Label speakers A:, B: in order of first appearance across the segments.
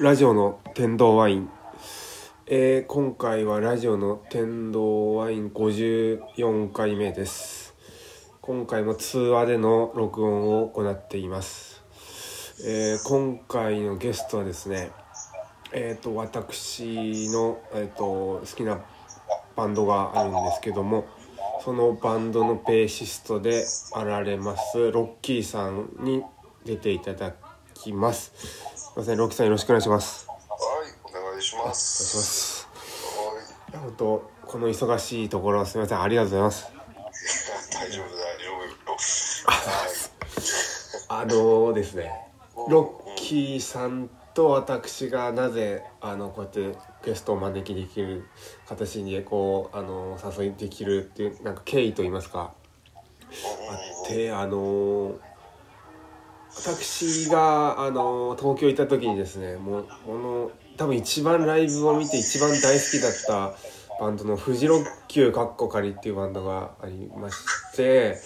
A: ラジオの天童ワイン、えー今回はラジオの天童ワイン54回目です今回も通話での録音を行っています、えー今回のゲストはですねえー、と私の、えー、と好きなバンドがあるんですけどもそのバンドのベーシストであられますロッキーさんに出ていただきますすいませんロッキーさんよろしくお願いします
B: はい、お願いしま
A: お願いし
B: す。
A: ますい
B: はい
A: や本当この忙しいところすいませんありがとうございます
B: 大丈夫だよ。
A: あのですねロッキーさんと私がなぜあのこうやってゲストをお招きできる形にこうあのお誘いできるっていうなんか経緯と言いますかあってあの私があの東京行った時にですねもうこの多分一番ライブを見て一番大好きだったバンドのフジロッキューかっこかりっていうバンドがありまして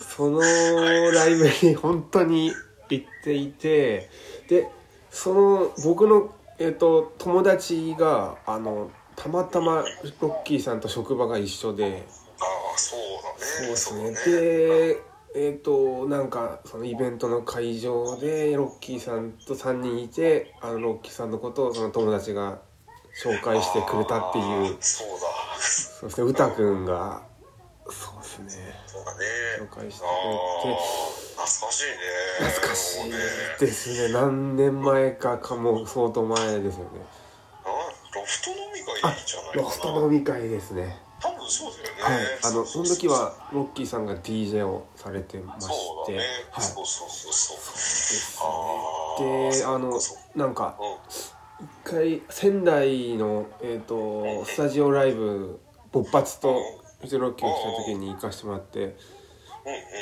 A: そのライブに本当に行っていてでその僕の、えっと友達があのたまたまロッキーさんと職場が一緒で。
B: ああ、そう だ
A: そう
B: ね。
A: です
B: だ
A: ね。で、えっ、と、なんか、そのイベントの会場で、ロッキーさんと3人いて、あの、ロッキーさんのことをその友達が紹介してくれたっていう
B: あ、あそうだ。
A: そうですね、うたくんが、そうですね、
B: そうだね。
A: 紹介して
B: あ
A: くれて、
B: あ、懐かしいね。
A: 懐かしい
B: もうね
A: ですね。何年前かかも、相当前ですよね。
B: あロフト飲みがいいんじゃないかな。
A: ロフト飲み会ですね。
B: 多分そうだよね。
A: はい。あの、そ
B: そう
A: の
B: そう
A: 時は、ロッキーさんが DJ をされてまして、
B: そうだね。
A: はい。
B: そうそうそうそう。ああ
A: であの
B: そう
A: なんか
B: うん。
A: 一回仙台の、えー、とスタジオライブ勃発とフジロッキューした時に行かしてもらって
B: うんうん。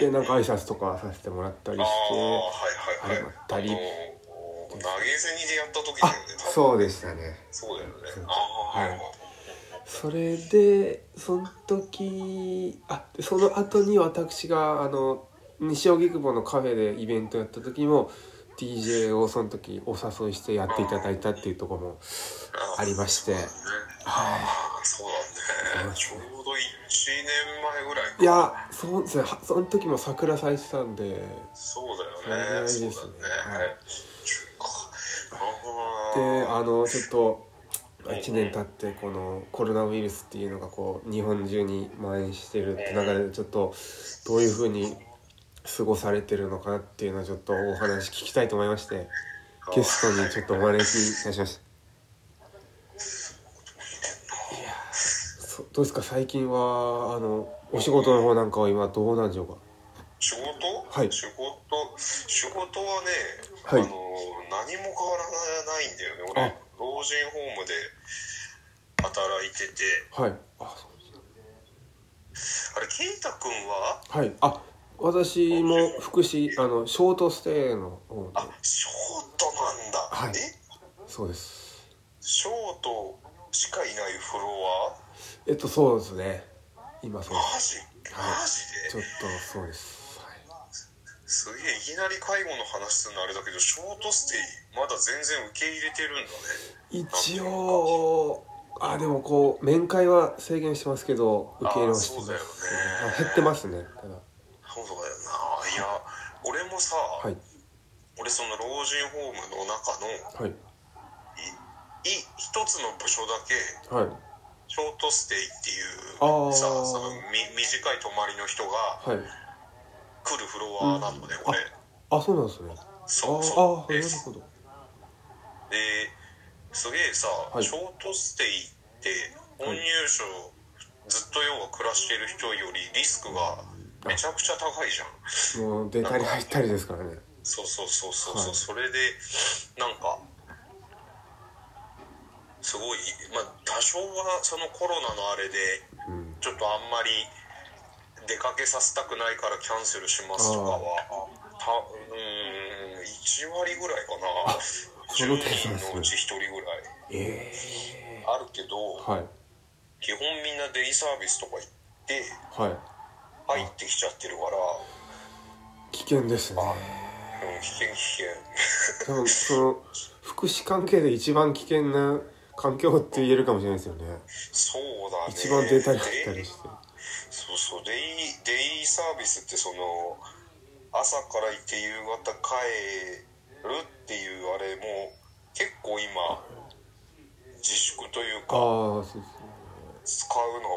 A: でなんか挨拶とかさせてもらったりし
B: ああ、
A: て
B: はい
A: あ
B: はいは
A: れ
B: い。
A: ダリ
B: あの投げ銭でやった時だ
A: あ
B: よね。多分
A: そうでしたね
B: そうだよね
A: そう。
B: ああ、
A: はいそれでその時あでその後に私があの西荻窪のカフェでイベントやった時も DJ をその時お誘いしてやっていただいたっていうところもありましてはい
B: ああそうだね。ちょうど1年前ぐらいか。
A: いや、そうですね。はその時も桜咲いてたんで、
B: そう
A: それぐら
B: だよ
A: い
B: ね。
A: です
B: そう
A: ね
B: だ
A: は
B: ね
A: い。
B: あ
A: で、あ
B: あ
A: のちょっと1年経ってこのコロナウイルスっていうのがこう日本中に蔓延してるって中でちょっとどういう風に過ごされてるのかなっていうのをちょっとお話聞きたいと思いまして、ゲストにちょっとお招きいたしました。いやー、そどうですか最近はあのお仕事の方なんかは今どうなんでしょうか。
B: 仕事
A: はい
B: 仕事、仕事はね、
A: はい
B: あの、何も変わらないんだよね。俺
A: あ、
B: 老人ホームで働いてて、
A: はい。あ、そう
B: あれ、ケイタ君は
A: はい、あ私も福祉あのショートステイの方で
B: あ、ショートなんだ。
A: はい
B: え
A: そうです
B: ショートしかいないフロア
A: えっとそうですね今そう
B: マ
A: で
B: ジ
A: はい
B: マジ
A: すちょ
B: で
A: っとそうです、はい、
B: すげえいきなり介護の話するのあれだけどショートステイまだ全然受け入れてるんだね
A: 一応あでもこう面会は制限してますけど受け入れはしてます、ね
B: あそうだよね
A: あ減ってますねただ
B: そうだよないや俺もさ、
A: はい
B: 俺その老人ホームの中の
A: はい
B: いい一つの部署だけ
A: はい
B: ショートステイっていう
A: あー
B: さそのみ短い泊まりの人が
A: はい
B: 来るフロアなので、
A: うん
B: 俺
A: あそうなんですねあ
B: そう
A: ーあ
B: そうで
A: ーなるほど
B: ですげえさ、
A: い
B: ショートステイって本入賞ずっと要は暮らしてる人よりリスクがめちゃくちゃ高いじゃん
A: もう出たり入ったりですからね
B: そうそうそうそう
A: はい
B: そう、それでなんかすごいまあ多少はそのコロナのあれで
A: うん
B: ちょっとあんまり出かけさせたくないからキャンセルしますとかはたうーん1割ぐらいかな
A: そ
B: 10
A: の程度なんですね
B: 人のうち1人ぐらい
A: え
B: あるけど、
A: えはい
B: 基本みんなデイサービスとか行って
A: はい
B: 入ってきちゃってるから
A: 危険ですね
B: あうん、危険危険。
A: 多分その福祉関係で一番危険な環境って言えるかもしれないですよね
B: そうだね。
A: 一番出たり入ったりして
B: そうそうデイデイサービスってその朝から行って夕方帰るっていうあれも結構今自粛という
A: ああ
B: か
A: そうですね
B: 使うの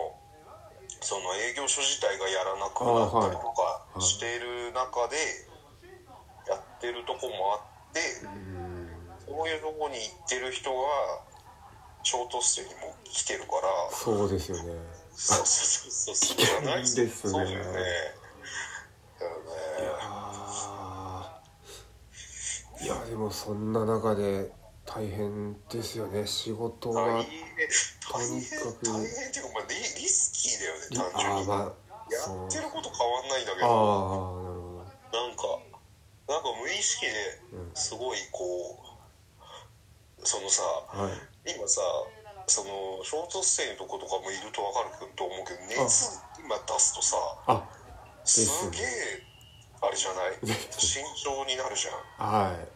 B: その営業所自体がやらなくなったりとか
A: あはい
B: している中でやってるとこもあって
A: うん
B: そういうとこに行ってる人がショートステイにも来てるから
A: そうですよね
B: そうそうそうそうじゃない
A: 危険ですね
B: そうだよね。だよね
A: あーいやでもそんな中で大変ですよね仕事
B: 大
A: は
B: 変大変大変っていうか、まあ、リリスキーだよね
A: り
B: 単純
A: ああ
B: に、
A: まあ
B: や
A: そう
B: ってること変わんないんだけ
A: ああなる
B: ど
A: ほ
B: なんかなんか無意識で
A: ど、うん、
B: すごいこうそのさ
A: はい
B: 今さそのショートステイのとことかもいると分かると思うけど熱今出すとさ
A: あ
B: すげえあれじゃない
A: ね
B: 慎重になるじゃん
A: はい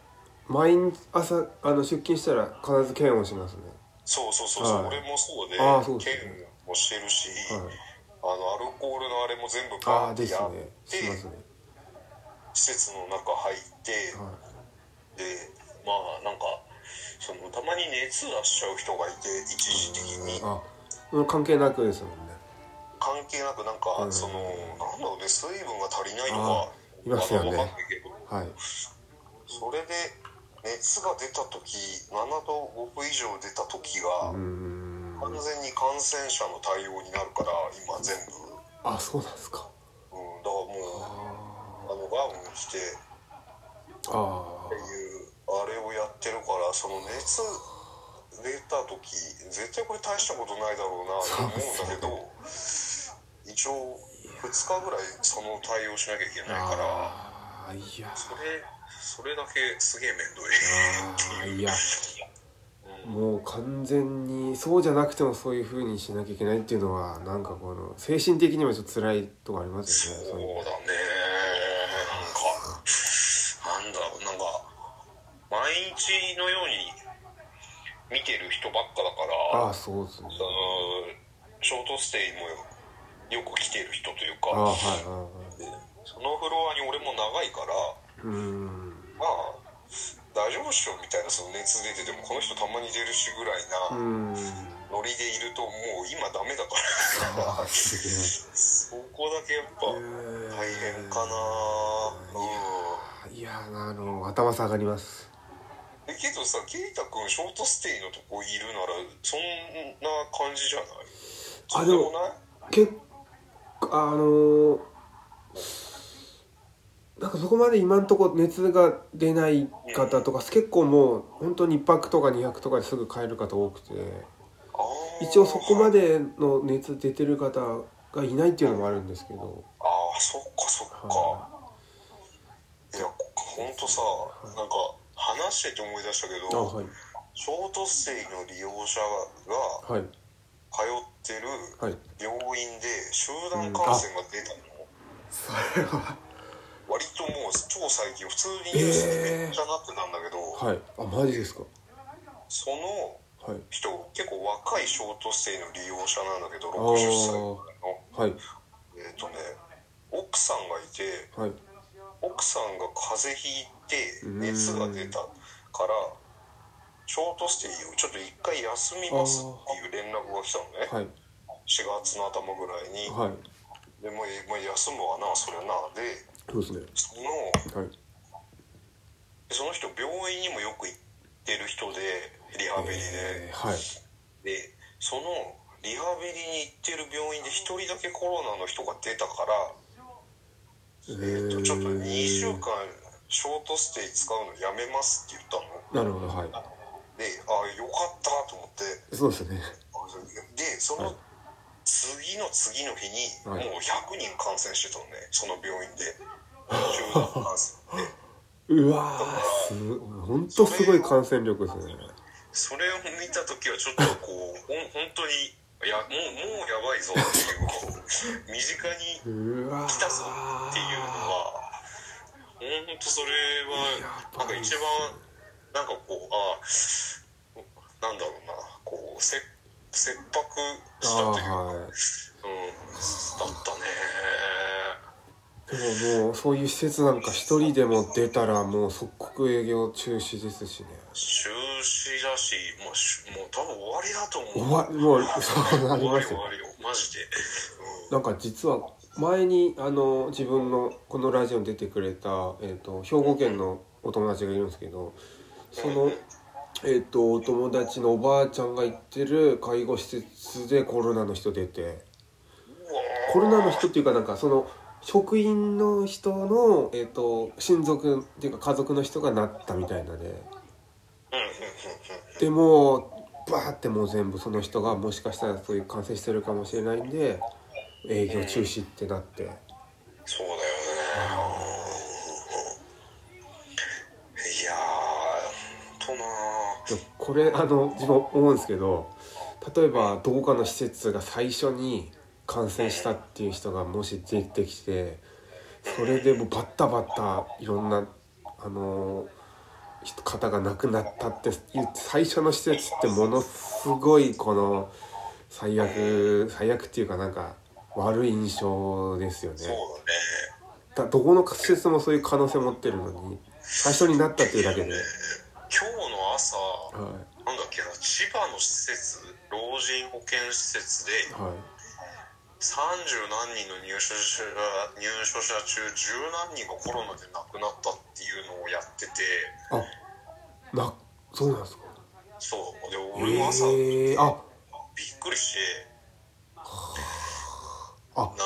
A: 毎日朝あの出勤したら必ず検温しますね
B: そうそうそうそ
A: は
B: う、
A: い
B: 俺もそうで
A: あーそうですね
B: 検もしてるし、
A: はい
B: あのアルコールのあれも全部
A: あ
B: バー
A: あ
B: って
A: です
B: やっ
A: ね
B: て、
A: しますね
B: 施設の中入って、
A: はい
B: でまあなんかそのたまに熱出しちゃう人がいて一時的に
A: あもう関係なくですもんね
B: 関係なくなんか、
A: うん
B: そのなんだろうね水分が足りないとか
A: あいますよね
B: わかんないけど
A: はい
B: それで熱が出た時7度5分以上出た時が
A: うー、ん
B: 完全に感染者の対応になるから今全部、
A: あそうなんですか
B: うん、だからもう
A: あ
B: あのガウン着て
A: ーあ
B: っていうあれをやってるからその熱出た時絶対これ大したことないだろうなと思うんだけど一応2日ぐらいその対応しなきゃいけ
A: ー
B: ないから
A: あーいや
B: それそれだけすげえめん
A: あー
B: どい
A: いや
B: うん
A: もう完全にそうじゃなくてもそういう風にしなきゃいけないっていうのはなんかこの精神的にもちょっと辛いとこあります
B: そ
A: よね
B: う
A: ういう
B: だねなんかなんだろうなんか毎日のように見てる人ばっかだから
A: ああそうですね
B: そのショートステイもよく来てる人という
A: ああは
B: か
A: いはいはい
B: そのフロアに俺も長いから
A: うーん
B: まあ大丈夫っしょみたいなその熱出ててもこの人たまに出るしぐらいうな
A: ーん
B: ノリでいるともう今ダメだか
A: ああ
B: ら
A: す
B: そこだけやっぱ
A: げえ
B: 大変かなう
A: いやーあの頭下がります
B: んえけどさ圭太君ショートステイのとこいるならそんな感じじゃない
A: あ
B: そうでもない
A: 結構あのーなんかそこまで今んとこ熱が出ない方とか結構もう本当に1泊とか2泊とかですぐ帰る方多くて
B: あー
A: 一応そこまでの熱出てる方がいないっていうのもあるんですけど
B: ああそっかそっか、
A: はい
B: やほんとさなんか話してて思い出したけ
A: あ
B: ど、
A: はい
B: ショートステイの利用者が
A: はい
B: 通ってる
A: はい
B: 病院で集団感染が出たの、
A: それは
B: 割ともう超最近普通にニュースでめっちゃなってたんだけど、
A: はいあマジですか
B: そ
A: は
B: の
A: い
B: 人結構若いショートステイの利用者なんだけ
A: あ
B: ど
A: ーはい
B: 60歳ぐらいのえっ、とね奥さんがいて
A: はい
B: 奥さんが風邪ひいて
A: うん
B: 熱が出たからショートステイをちょっと一回休みますっていう連絡が来たのね
A: はい
B: 4月の頭ぐらいに
A: はい
B: でもうえもう休むわなそれなで
A: そうですね
B: その
A: はい
B: その人病院にもよく行ってる人でリハビリ
A: えー
B: で
A: はい
B: でそのリハビリに行ってる病院で1人だけコロナの人が出たから
A: え
B: えっとちょっと
A: ー
B: 2週間ショートステイ使うのやめますって言った
A: な
B: の
A: るほどはい
B: であよかったと思って
A: そうですね
B: でそ
A: はい
B: の次の次の日に
A: はい
B: もう100人感染してたのねその病院で集団感染で
A: うわーすごい本当すごい感染力ですね
B: それを見た時はちょっとこうほん本当にいやもうもうやばいぞっていうこう身近に
A: うわー
B: 来たぞっていうのはほんとそれはなんか一番なんかこうああなんだろうなこうせ切迫
A: あ
B: したというか、
A: はい
B: うんだったね
A: でももうそういう施設なんか一人でも出たらもう即刻営業中止ですしね
B: 中止だし、まあ、しもう多分終わりだと思う
A: 終わもうそうなり
B: 終わ
A: ま
B: り
A: す
B: 終
A: よ
B: わりよマジで、うん、
A: なんか実は前にあの自分のこのラジオに出てくれた、えー、と兵庫県のお友達がいるんですけどその、えー、とお友達のおばあちゃんが行ってる介護施設でコロナの人出て
B: うわー
A: コロナの人っていうかなんかその職員の人の、えー、と親族っていうか家族の人がなったみたいなで。
B: うんうんうんうん
A: でもうバーってもう全部その人がもしかしたらそういう感染してるかもしれないんで営業中止ってなって
B: そうだよねうんいやーほんとな
A: でこれあの自分思うんですけど例えばどこかの施設が最初に感染したっていう人がもし出てきてそれでもうバッタバッタいろんなあの人方が亡くなったっていう最初の施設ってものすごいこの最悪最悪っていうかなんか悪い印象ですよね。
B: そうだね
A: だどこの施設もそういう可能性持ってるのに最初になったっていうだけで、はい、
B: 今日の朝なんだっけな千葉の施設老人保健施設で
A: はい、
B: 30何人の入所者入所者中10何人がコロナで亡くなったっていうのをやってて
A: あなそうなんですか
B: そうで
A: え
B: 俺も朝びっ
A: ー、あ
B: くりして
A: あ
B: な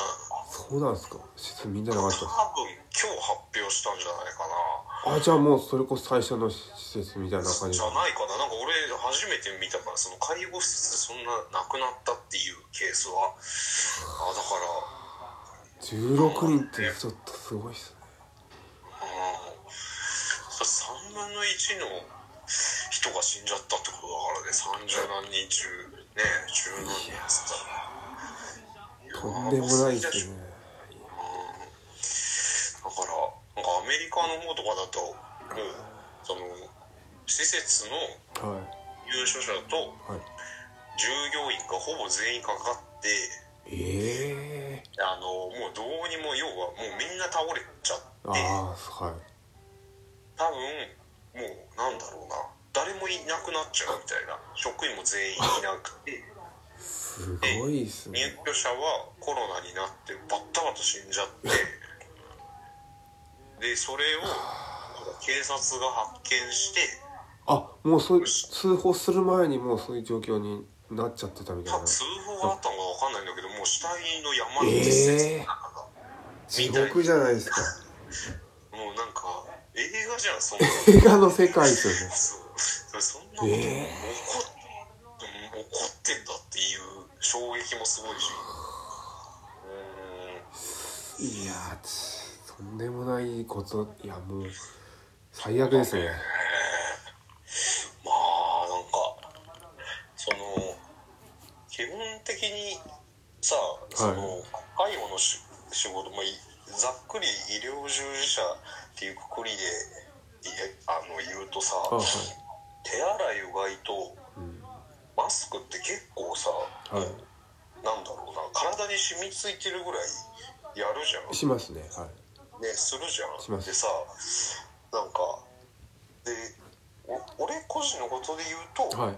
A: そうなんですか施設みんなな
B: 多
A: かっ
B: 分今
A: たんです
B: 日発表したんじゃないかな
A: あじゃあもうそれこそ最初の施設みたいな感じ
B: じ
A: で
B: ゃないかななんか俺初めて見たからその介護施設でそんな亡くなったっていうケースはあだか
A: 16
B: ら
A: 人ってちょっとすごいっすね
B: うんそれ3分の1の人が死んじゃったってことだからね30何人中ね10何人っつったら
A: とんでもないっすね
B: だからなんかアメリカの方とかだともうその施設の
A: は
B: 入所者と
A: いはい
B: 従業員がほぼ全員かかって
A: ええ
B: あのもうどうにも要はもうみんな倒れちゃ
A: ー、
B: って
A: ああはい
B: 多分もうなんだろうな誰もいなくなっちゃうみたいな職員も全員いなくて
A: すごいっす
B: 入
A: ね
B: 居者はコロナになってバッタバタ死んじゃってでそれを警察が発見して
A: あもうそういう通報する前にもうそういう状況になっちゃってたみたいな
B: 多分通報があったのか分かんないんだけどもう死体の山の施設
A: ええ
B: の中が、
A: 地獄じゃないですか
B: もうなんか映画じゃんそんなの。
A: 映画の世界ですよね
B: そうそんなことも
A: え
B: 起こ,、うん起こってんだっていう衝撃もすごいしう
A: いやーちとんでもないこといやもう最悪ですね
B: ーんまあなんかその基本的にさその、介護のし仕事、まあ、いざっくり医療従事者っていうくくりでいえあの言うとさ
A: あはい
B: 手洗いうがいと
A: うん
B: マスクって結構さ、
A: は
B: なんだろうな体に染みついてるぐらいやるじゃん
A: いしますねはい
B: ねするじゃ
A: しま
B: ん
A: す
B: でさなんかでお俺個人のことで言うと、
A: はい、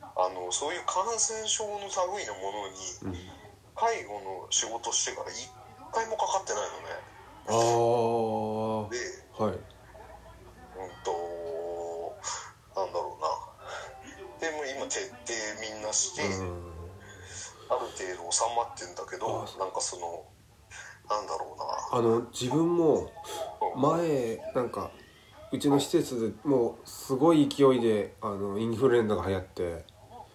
B: あのそういう感染症の類のものに
A: うん、
B: 介護の仕事してから一回もかかってないのね
A: ああは
B: で
A: い
B: うんとなんだろうなでも今徹底みんなして、
A: うん
B: ある程度収まってんだけど
A: あそう
B: なんかそのなんだろうな
A: あの自分も
B: うん
A: 前なんかうちの施設でもうすごい勢いであのインフルエンザが流行って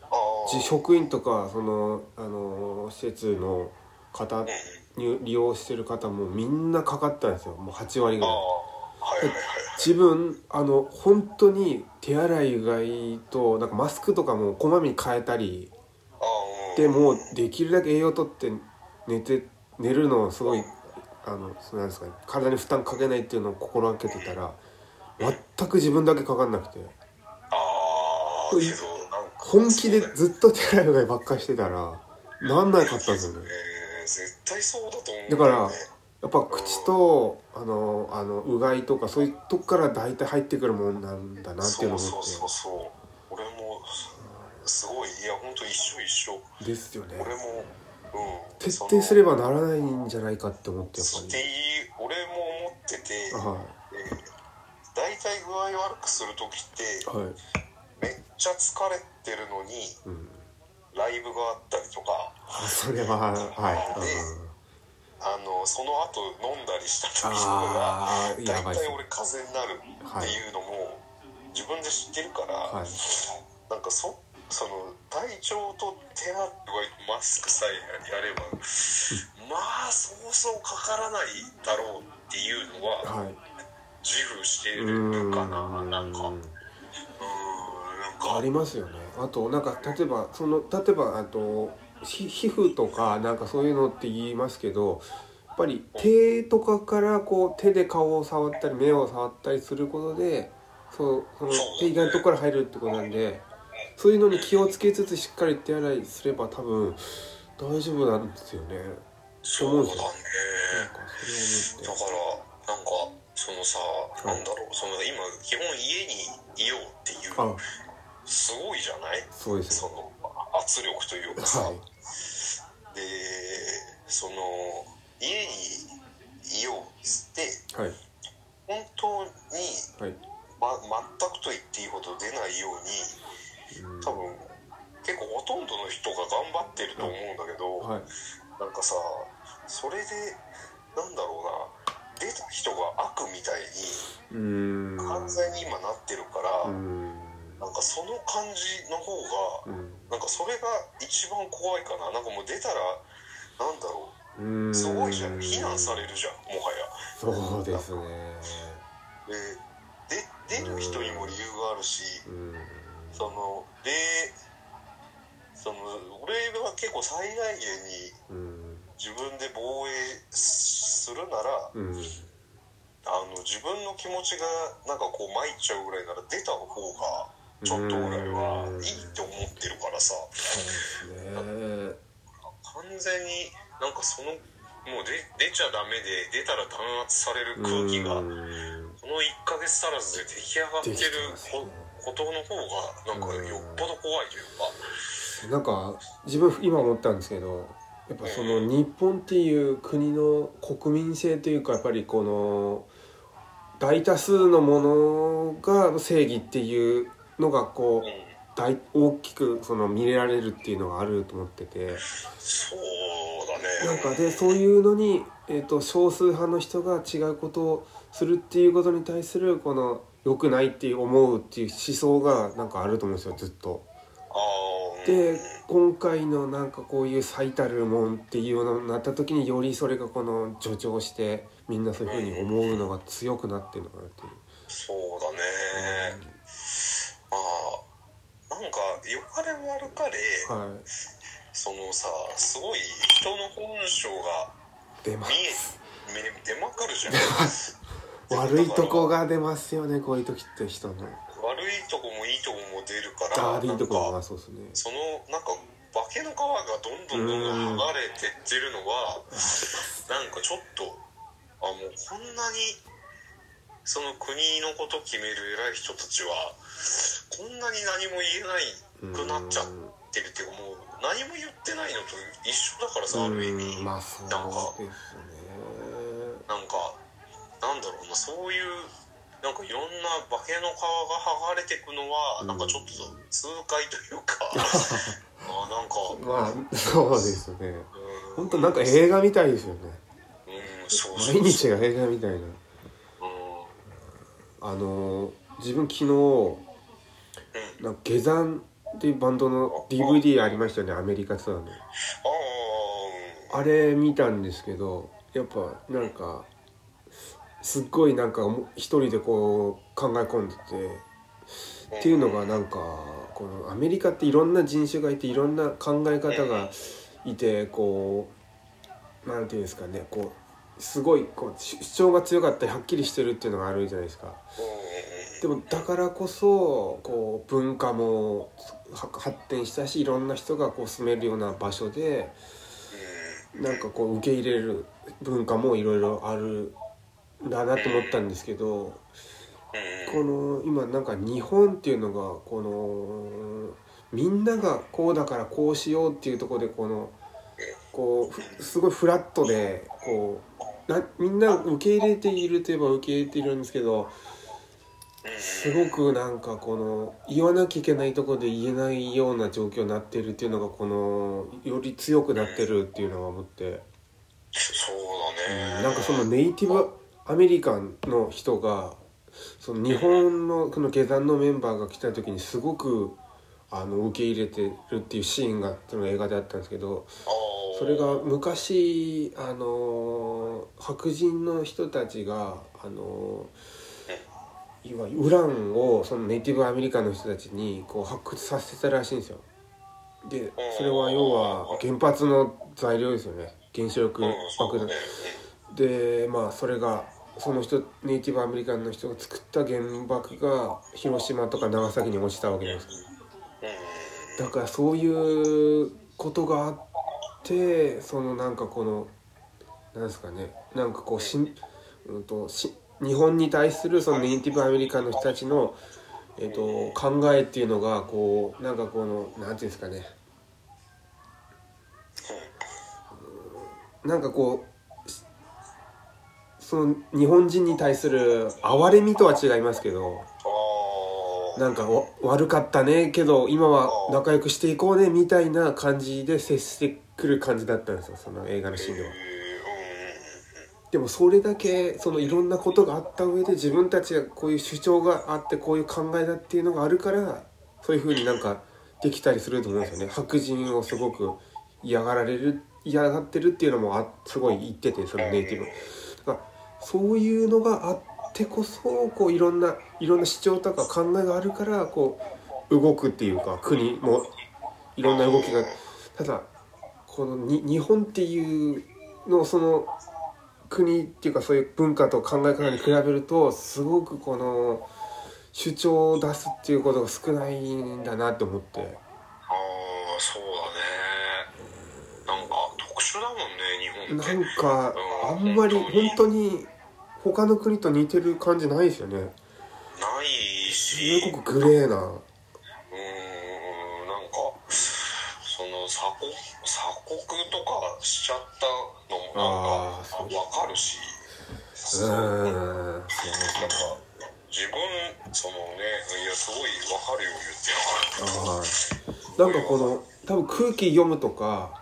B: あー
A: 自職員とかそのあの施設の方に利用してる方もみんなかかったんですよもう8割
B: ああはいはいはいはい
A: ぐらい自分あの本当に手洗いうがいとなんかマスクとかもこまめに変えたり
B: ああうん
A: でもうできるだけ栄養とって寝て寝るのをすごいあのそうなんですかね体に負担かけないっていうのを心がけてたら全く自分だけかかんなくて
B: あーけどなんか
A: 本気で
B: そうだよ
A: ずっと手洗いうがいばっかりしてたらなんないかったんですよね
B: えー絶対そうだと思う
A: だからやっぱ口とあのあのうがいとかそういうとこから大体入ってくるもんなんだなってい
B: そう
A: のを思
B: うそうそう
A: っ
B: そう俺もすごいいや本当一緒一緒
A: てですよね
B: 俺もうん
A: 徹底すれ
B: ば
A: ばならないんじゃないかって思ってやっ
B: そのって
A: ぱ
B: いい俺も思ってて
A: りは
B: えー大体具合悪くする時っ
A: い
B: て
A: はい
B: めっちゃ疲れてるのに
A: うん
B: ライブがあったりとか
A: あそれははい、うん、
B: あのその後飲んだりした時とかが
A: ああや
B: 大
A: ばいですね
B: 体俺風邪になるっていうのも自分で知ってるから、
A: はい
B: なんかそその体調と手洗いマスクさえやればまあそうそうかからないだろうっていうのは
A: はい
B: 自負して
A: うー
B: る
A: ん
B: かななんかうーんなんか
A: ありますよねあとなんか例えばその例えばあとひ皮膚とかなんかそういうのって言いますけどやっぱり手とかからこう手で顔を触ったり目を触ったりすることでそうその手以外のとこから入るってことなんでそういうのに気をつけつつしっかり手洗いすれば多分大丈夫なんですよねなんか
B: そうだね
A: それを思って
B: だからなんかそのさ、
A: はい
B: なんだろうその今基本家にいようっていう
A: あ
B: すごいじゃない
A: そうです
B: そ
A: よ
B: の圧力というかさ、
A: はい
B: でその家にいようっつって
A: はい
B: 本当に、
A: はい
B: ま、全くと言っていいほど出ないように
A: うん
B: 多分結構ほとんどの人が頑張ってると思うんだけど、
A: はい
B: なんかさそれでなんだろうな出た人が悪みたいう
A: ーん
B: に完全に今なってるか
A: うー
B: ら、
A: ん
B: なんかその感じの方が
A: うん
B: なんかそれが一番怖いかななんかもう出たらなんだろ
A: うーん
B: うすごいじゃん非難されるじゃんもは
A: そ
B: や
A: うですね
B: でで出る人にも理由があるし
A: うん
B: そのでその俺は結構最大限に
A: うん
B: 自分で防衛するなら
A: うん
B: あの自分の気持ちがなんかこう参っちゃうぐらいなら出た方がちょっと俺はいいって思ってるからさ
A: そうですね
B: 完全になんかそのもう出出ちゃダメで出たら弾圧される空気が
A: うーん
B: この1ヶ月足らずで出来上がってる
A: できてます
B: こ
A: ね
B: ことの方がなんかよっぽど怖いというか
A: なんか自分今思ったんですけどやっぱその日本っていう国の国民性というかやっぱりこの大多数のものが正義っていうのがこ
B: う
A: うん大大きくその見れられるっていうのがあると思ってて。
B: そうだね
A: なんかでそういうのに、えー、と少数派の人が違うことをするっていうことに対するこの良くないっていう思うっていう思想がなんかあると思うんですよずっと。
B: あーうん
A: で今回のなんかこういう最たるもんっていうのになった時によりそれがこの助長してみんなそういうふうに思うのが強くなってるのかなっていう。
B: そうだねまあなんか良かれ悪かれ
A: は
B: そのさすごい人の本性が
A: い、出ま
B: 見
A: す
B: え見出まくるじ ゃん
A: 悪いとこが出ますよねこういう時って人の。
B: 悪いとこもいいとこも出るから
A: あーいいとこ
B: な
A: が
B: んか
A: そうですね。
B: そのなんか化けの皮がどんどんどんどん剥がれてってるのはなんかちょっとあもうこんなにその国のこと決める偉い人たちはこんなに何も言えないくなっちゃってるっていうかもう何も言ってないのと一緒だからさある意
A: う
B: 味
A: んまあそう
B: なんか
A: ですね。
B: なんかなんだろうなそういうなんかいろんな化けの皮が剥がれてくのは、
A: うん
B: なんかちょっと痛快という かあなんか
A: まあそうですね
B: う
A: 本当なんか映画みたいですよね
B: うんそうそう
A: 毎日が映画みたいな
B: うん
A: あのー自分昨日
B: うん
A: なんか下山っていうバンドの DVD ありましたよねアメリカツアーの
B: ああ
A: あれ見たんですけどやっぱなんかすっごいなんかも一人でこう考え込んでて
B: うん
A: っていうのがなんかこのアメリカっていろんな人種がいていろんな考え方がいてこうなんていうんですかねこうすごいこう主主張が強かったりはっきりしてるっていうのがあるじゃないですかでもだからこそこう文化もは発展したしいろんな人がこう住めるような場所でなんかこう受け入れる文化もいろいろあるんだなと思ったんですけどこの今なんか日本っていうのがこのみんながこうだからこうしようっていうところでこのこうふすごいフラットでこうなみんな受け入れているといえば受け入れているんですけどすごくなんかこの言わなきゃいけないところで言えないような状況になっているっていうのがこのより強くなってるっていうのは思って。
B: そうだね。
A: なんかそのネイティブアメリカンの人がその日本のこの下山のメンバーが来た時にすごくあの受け入れてるっていうシーンがその映画であったんですけど
B: あー
A: それが昔あの白人の人たちがあのいわゆるウランをそのネイティブアメリカンの人たちにこう発掘させたらしいんですよ。でそれは要は原発の材料ですよね原子力
B: うん
A: 爆弾
B: ね。
A: でまあそれがその人ネイティブアメリカンの人が作った原爆が広島とか長崎に落ちたわけじゃないです
B: う
A: か
B: んうん
A: だからそういうことがあってそのなんかこのなんですかねなんかこうしん、うん、とし日本に対するそのネイティブアメリカンの人たちの、えっと考えっていうのがこうなんかこのなんていうんですかねなんかこうしその日本人に対する哀れみとは違いますけど
B: あー
A: なんかわ悪かったねけど今は仲良くしていこうねみたいな感じで接してくる感じだったんですよその映画のシーンでは
B: えー
A: でもそれだけそのいろんなことがあった上で自分たちがこういう主張があってこういう考えだっていうのがあるからそういうふうになんかできたりすると思うんですよね白人をすごく嫌がられる嫌がってるっていうのもあすごい言っててそのネイティブだからそういうのがあってこそこういろんないろんな主張とか考えがあるからこう動くっていうか国もいろんな動きがただこのに日本っていうのその国っていうかそういう文化と考え方に比べるとすごくこの主張を出すっていうことが少ないんだなって思って
B: ああそうだねなんか特殊だもんね日本って
A: なんかあんまり本当に他の国と似てる感じないですよね
B: ない
A: す
B: しうーん
A: ごくグレーな
B: なんかその鎖国鎖国とかしちゃったのも
A: あー
B: なんか
A: そう
B: わかるし
A: うーん
B: なんか自分そのねいやすごいわかるよ言ってるから
A: はい、なんかこの多分空気読むとか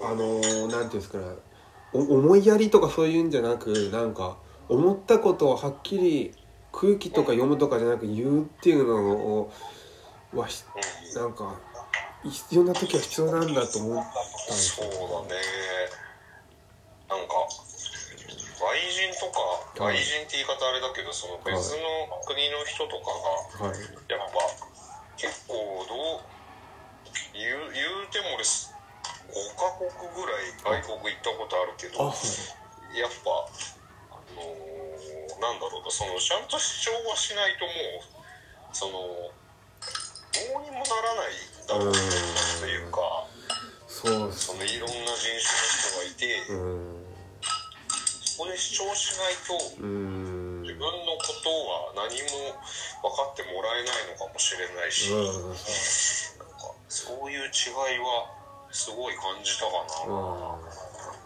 A: あのーなんていうんですかねお思いやりとかそういうんじゃなくなんか思ったことをはっきり空気とか読むとかじゃなく言うっていうのをはひなんか必要な時は必要なんだと思ったんです
B: そう
A: よ
B: だねなんか外人とか
A: は
B: 外
A: い
B: 人って言い方あれだけどその別の国の人とか
A: は
B: が
A: い
B: やっぱ結構どう言う言うても俺5カ国ぐらい外国行ったことあるけ
A: あは
B: ど
A: い
B: やっぱあのーなんだろうなそのちゃんと主張はしないともうそのどうにもならないだろうなというか
A: そうっす
B: そのいろんな人種の人がいて。
A: うーん
B: そこで主張しないと
A: うーん
B: 自分のことは何も分かってもらえないのかもしれないし、なん
A: うん
B: かそういう違いはすごい感じたかな、
A: あ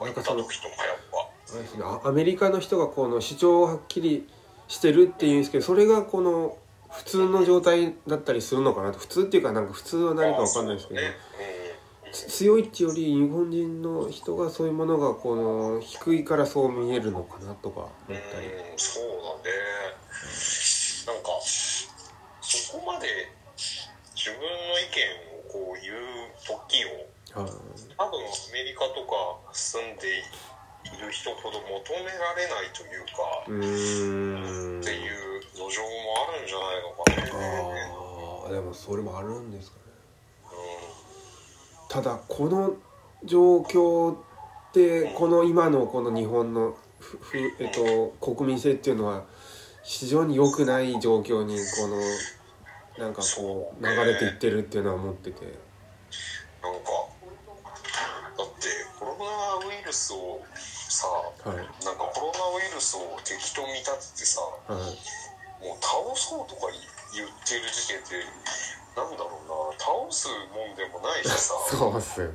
A: ーなん
B: 行
A: か
B: っ
A: そ
B: た
A: の
B: 時とかやっぱ
A: あれですねあアメリカの人がこの主張をはっきりしてるっていうんですけどそれがこの普通の状態だったりするのかなと普通っていうかなんか普通は何か分かんないですけど
B: ね
A: つ強いっていうより日本人の人がそういうものがこの低いからそう見えるのかなとか
B: う
A: 思
B: ん、う
A: ったり
B: ん、そうだねなんかそこまで自分の意見をこう言う時
A: あー
B: を多分アメリカとか住んでいる人ほど求められないというか、
A: うーん
B: っていう土壌もあるんじゃないのか
A: あ
B: ね。
A: あでもそれもあるんですかね
B: う
A: ただこの状況ってこの今のこの日本のふふえっと、国民性っていうのは非常に良くない状況にこのなんかこう流れていってるっていうのは思ってて
B: なんかだってコロナウイルスをさ、
A: はい
B: なんかコロナウイルスを敵と見立ててさも
A: はいう
B: 倒そうとか言ってる時点でなんだろうな倒すもんでもないしさ
A: そうっすよね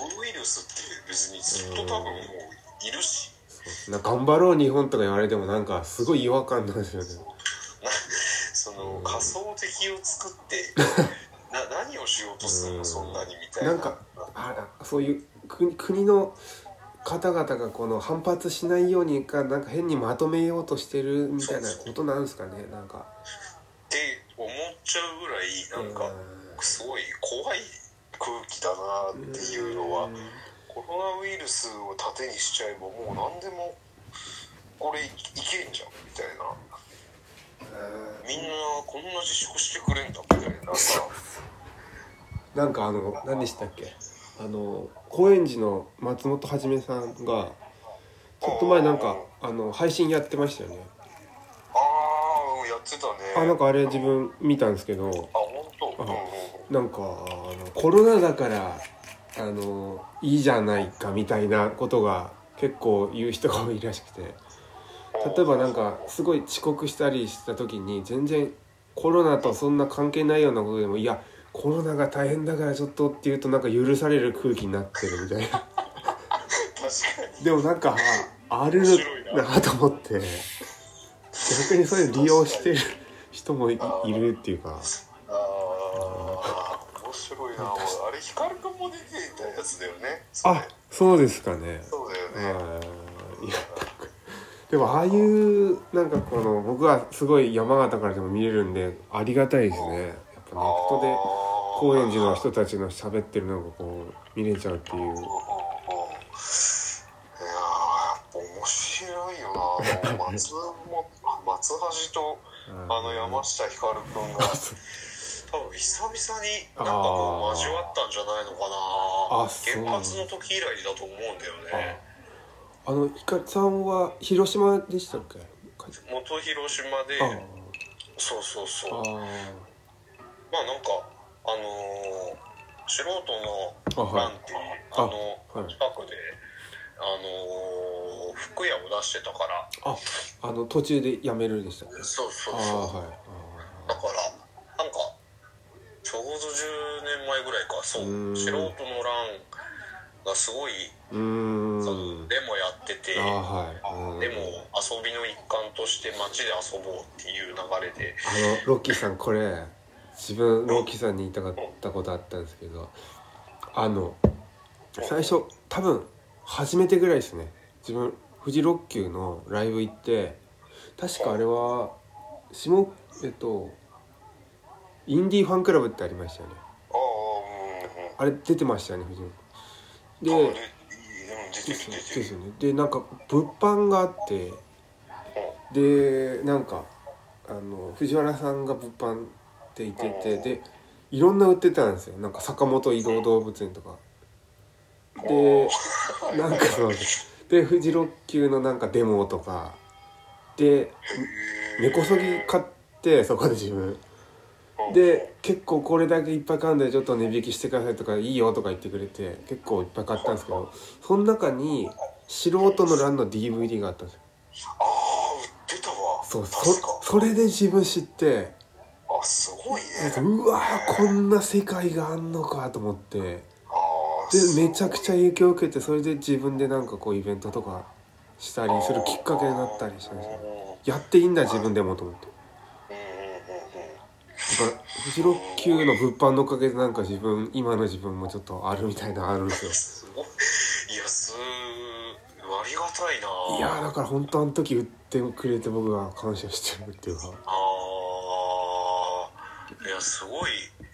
B: ウイルスって別にずっと多分もういるし
A: そうなんか頑張ろう日本とか言われてもなんかすごい違和感なんですよね
B: その
A: うん
B: 仮想敵を作ってな何をしようとする
A: うん
B: のそんなにみたいな
A: なんかあそういう国国の方々がこの反発しないようにかなんか変にまとめようとしてるみたいなことなんですかねなんか
B: って思っちゃうぐらいなんか
A: う
B: すごい怖い空気だなっていうのは
A: ん
B: コロナウイルスを盾にしちゃえばもう何でもこれいけんじゃんみたいなみんなこんな自粛してくれんだみたいなさ
A: なんかあの何でしたっけあの高円寺の松本はじめさんがちょっと前なんかあの配信やってましたよね
B: ああうんやってたね
A: あなんかあれ自分見たんですけど
B: あ本当うんうんうん
A: なんかあのコロナだからあのいいじゃないかみたいなことが結構言う人が多いらしくて例えばなんかすごい遅刻したりした時に全然コロナとそんな関係ないようなことでもいやコロナが大変だからちょっとっていうとなんか許される空気になってるみたい な
B: 確かに
A: でもなんかあある
B: 面白いな
A: なと思って逆にそれ利用してる人もい
B: あー
A: いるっていうか
B: ああ面白いなあれ光くんも出ていたやつだよね
A: あそうですかね
B: そうだよね、
A: あーいやでもああいうなんかこの僕はすごい山形からでも見れるんでありがたいですねやっぱネットで高円寺の人たちの喋ってるのがこう見れちゃうっていう
B: うんうんうんいやーやっぱ面白いよな松も松橋とあの山下ひかるくんが多分久々になんかこう交わったんじゃないのか
A: あーあそう
B: な原発の時以来だと思うんだよね
A: あのひかるさんは広島でしたっけ
B: 元広島で
A: あ
B: そうそうそう
A: あ
B: まあなんかあのー素人
A: あ
B: の
A: あは
B: ラン
A: い
B: っていう
A: あ
B: あ
A: は
B: の
A: い
B: 近くで、あのー服屋を出してたから
A: ああの途中でやめるでしたっけ
B: そうそう
A: ああ
B: そう
A: はい
B: だからなんかちょうど10年前ぐらいかそう
A: う
B: うん素人のランがすごい、
A: あーうーん
B: でもやってて
A: ああはいうん
B: でも遊びの一環として街で遊ぼうっていう流れで
A: あのロッキーさんこれ自分ロッキーさんに言いたかったことあったんですけどあの最初多分初めてぐらいですね自分フジロッキューのライブ行って確かあれは下えっとインディーファンクラブってありましたよね
B: ああ
A: あれ出てましたよねフジロ
B: うんうん
A: ッ
B: あ
A: キューで
B: 出
A: で
B: て
A: すよねで
B: る出てる
A: すよねでなんか物販があってでなんかあの藤原さんが物販っていててでいろんな売ってたんですよなんか坂本移動動物園とかでなんかそうでフジロッキューのなんかデモとかで根こそぎ買ってそこで自分で結構これだけいっぱい買うんでちょっと値引きしてくださいとかいいよとか言ってくれて結構いっぱい買ったんですけどその中に素人の欄の DVD があったんですよ
B: ああ売ってたわ
A: そうそ
B: 確か
A: それで自分知って
B: あすごいね
A: うわーこんな世界があんのかと思ってで
B: ああ
A: めちゃくちゃ影響を受けてそれで自分でなんかこうイベントとかしたりするきっかけになったりしたんですよやっていいんだ自分でもと思って
B: うんうんうんうん
A: だからフジロッキューの物販のおかげでなんか自分今の自分もちょっとあるみたいなのあるんですよ
B: すごい いやすありがたいない
A: いやーだから本当あの時売ってくれて僕は感謝してるっていうか
B: あーいやすごい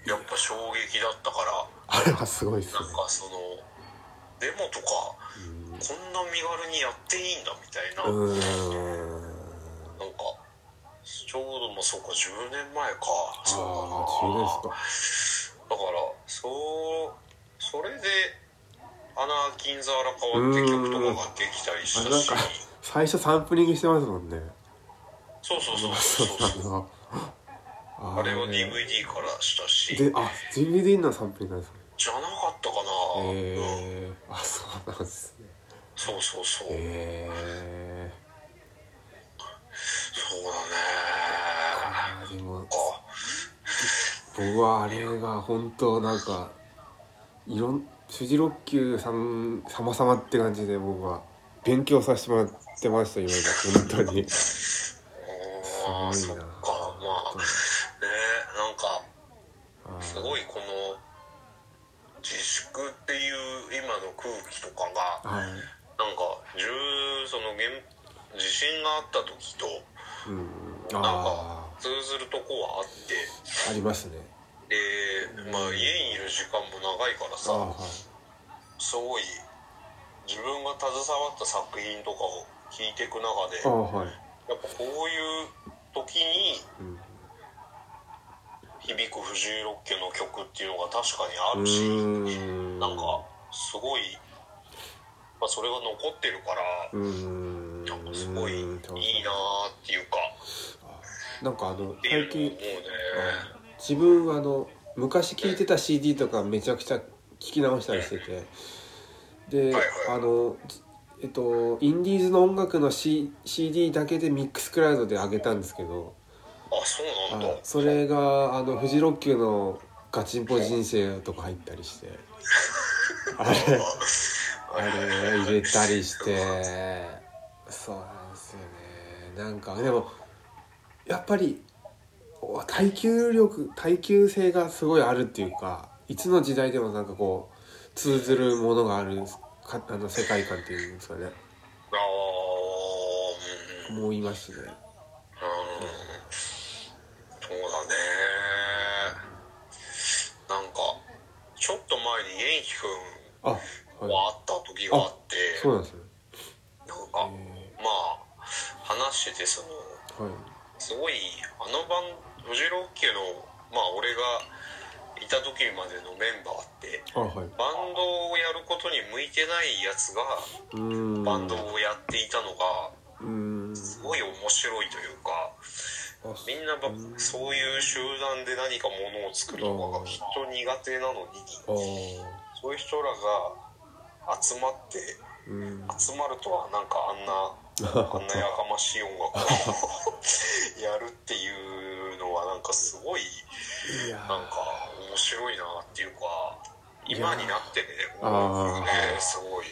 B: やっぱ衝撃だったから
A: あれはすごいですね
B: なんかそのデモとかこんな身軽にやっていいんだみたいな、
A: う
B: な
A: んう
B: んか
A: ーん
B: ちょうどもうそうか10年前か
A: あ
B: そう
A: あ
B: だな
A: 中
B: だからそうそれで「アナーキンザ荒川」って曲とかができたりしたし
A: うんあなんかです最初サンプリングしてますもんね
B: そうそうそうそう そう
A: あの
B: あれは DVD からしたし
A: であ DVD のサンプリングなんですね
B: じゃなかったかな、うん、
A: えー、あそうなんですね
B: そうそうそう、
A: え
B: そうだ
A: ー、
B: ね
A: あーでも
B: あ
A: 僕はあれが本当なんかいろん辻六球さん様々って感じで僕は勉強させてもらってました今まで本当に
B: あー
A: す
B: そ
A: ごいな
B: っかまあねなんか
A: あー
B: すごいこの自粛っていう今の空気とかが
A: はい
B: なんか十その原地震があった時と
A: うん
B: なんか
A: あ
B: 通ずるとこはあって
A: ーありますね
B: で、まあ、家にいる時間も長いから
A: あー
B: さ
A: はい
B: すごい自分が携わった作品とかを聞いていく中で
A: あーはい
B: やっぱこういう時に
A: うん
B: 響く藤井六家の曲っていうのが確かにあ
A: う
B: るし。
A: ーん
B: なんかすごい、まあ、それが残ってるから
A: うーん
B: すごいいいなーっていうか
A: なんかあの
B: っていう
A: 最
B: のも
A: 近
B: 思うね
A: 自分はあの昔聴いてた CD とかめちゃくちゃ聴き直したりしててで、
B: はいはい
A: あのえっとインディーズの音楽の、C、CD だけでミックスクラウドで上げたんですけど
B: あそうなんだ
A: あそれがあのフジロッキュの「ガチンポ人生」とか入ったりして あれあれ入れたりしてそうなんですよねなんかでもやっぱりお耐久力耐久性がすごいあるっていうかいつの時代でもなんかこう通ずるものがあるかあの世界観っていうんですかね
B: あーうんうん
A: 思いますね
B: そうだねなんかちょっと前に元気
A: あ
B: く
A: は
B: ん
A: い
B: は会った時があって
A: そうなんですね
B: なんかまあ話しててその
A: はい
B: すごいあの番フジロッキーのまあ俺がいた時までのメンバーって
A: あはいう
B: バンドをやることに向いてないやつが
A: ーん
B: バンドをやっていたのが
A: うーん
B: すごい面白いというか
A: あ
B: みんなばそういう集団で何かものを作るのがきっと苦手な
A: あ
B: のに
A: あ
B: そういう人らが集まって
A: うー ん
B: 集まるとはなんかあんなあんなやかましい音楽を やるっていうのはなんかすごい
A: いや
B: なんか面白いなっていうか今になってね
A: いやー
B: 音楽ねすごい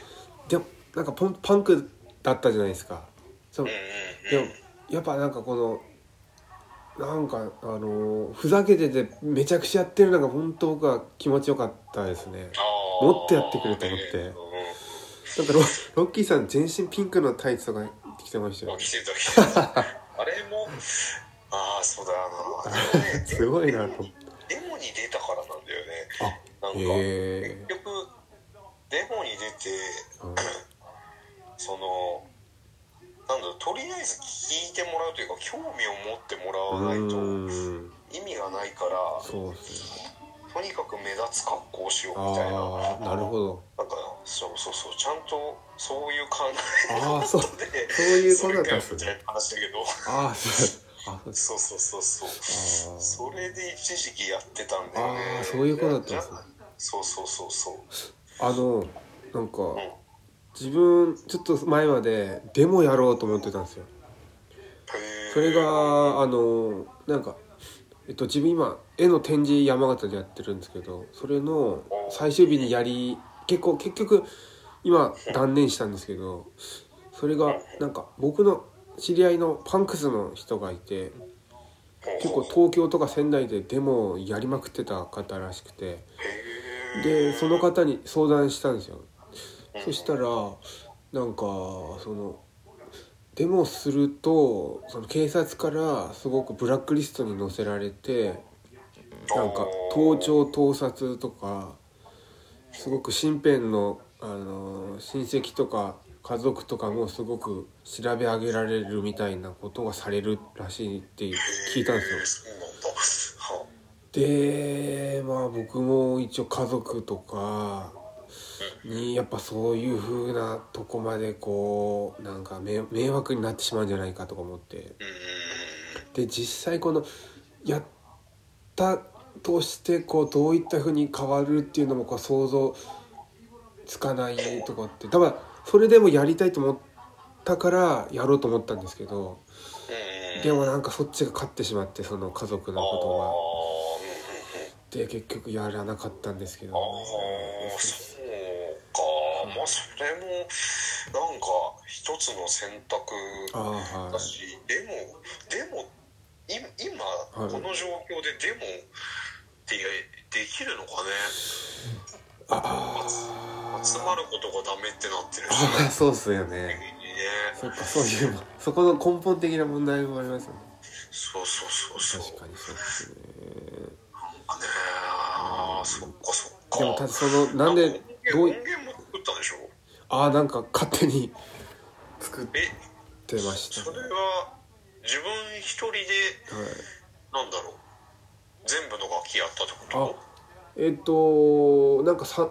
A: ーでもなんかポンパンクだったじゃないですかそう
B: うん
A: で
B: うんう
A: も
B: ん
A: やっぱなんかこのなんかあのーふざけててめちゃくちゃやってるのが本当僕は気持ちよかったですね
B: あー
A: もっとやってくれと思って
B: ね
A: なんかロロッキーさん全身ピンクのタイツとか着てました
B: うんあ
A: よ
B: 来てた来て たあれもああそうだよな
A: すごいなと思って
B: デモに出たからなんだよね
A: あ
B: なんか
A: へ
B: 結局デモに出て
A: えうん
B: そのなんだろうとりあえず聞いてもらうというか興味を持ってもらわないと
A: うーん
B: 意味がないから
A: そうですね
B: とにかく目立つ格好をしようみたいな
A: ああなるほど
B: なんかそうそうそうちゃんとそういう考え
A: ああそう そ
B: で
A: ういうことだったんです
B: それかよみた
A: ね
B: いな話だけど
A: ああそうあそうです
B: そうそうそうそう
A: あー
B: それで一時期やってたんだよね
A: あーそういうことだったんですね
B: そうそうそうそう
A: あのなんか、
B: うんへ
A: 自分ちょっと前までデモやろうと思ってたんですよ
B: ー
A: それがあのなんか、えっと、自分今絵の展示山形でやってるんですけどそれの最終日にやり結構結局今断念したんですけどそれがなんか僕の知り合いのパンクスの人がいて結構東京とか仙台でデモをやりまくってた方らしくて
B: へー
A: でその方に相談したんですよ
B: うん
A: そしたらなんかそのデモをするとその警察からすごくブラックリストに載せられてなんか盗聴盗撮とかすごく身辺のあの親戚とか家族とかもすごく調べ上げられるみたいなことがされるらしいって聞いたんですよ
B: へー。そうなんだは
A: でまあ僕も一応家族とかにやっぱそういう風なとこまでこうなんか迷迷惑になってしまうんじゃないかとか思って
B: うん
A: で実際このやったとしてこうどういった風に変わるっていうのもこう想像つかないとかってただそれでもやりたいと思ったからやろうと思ったんですけど
B: うんうん
A: でもなんかそっちが勝ってしまってその家族の
B: あ
A: ことが。
B: あうん
A: で結局やらなかったんですけど
B: ああそうかまあそれもなんか一つの選択
A: ああ
B: だ
A: は
B: し、でもでもい今
A: はい
B: この状況ででもってできるのかね
A: あ
B: 集まることがダメってなってるし
A: あそうっすよ
B: 逆
A: ね
B: にね
A: そっかそういうのそこの根本的な問題もありますよね
B: そうそうそうそう
A: 確かにそうですね
B: ねあーそっかそっか
A: でもただそのなんでどう
B: 音源も作ったでしょ
A: ああなんか勝手に作っ
B: え
A: てまし
B: そ
A: た
B: れ
A: ね
B: は自分一人で
A: はい
B: なんだろう全部の楽器やったって
A: あ
B: こ
A: えっとなんかさ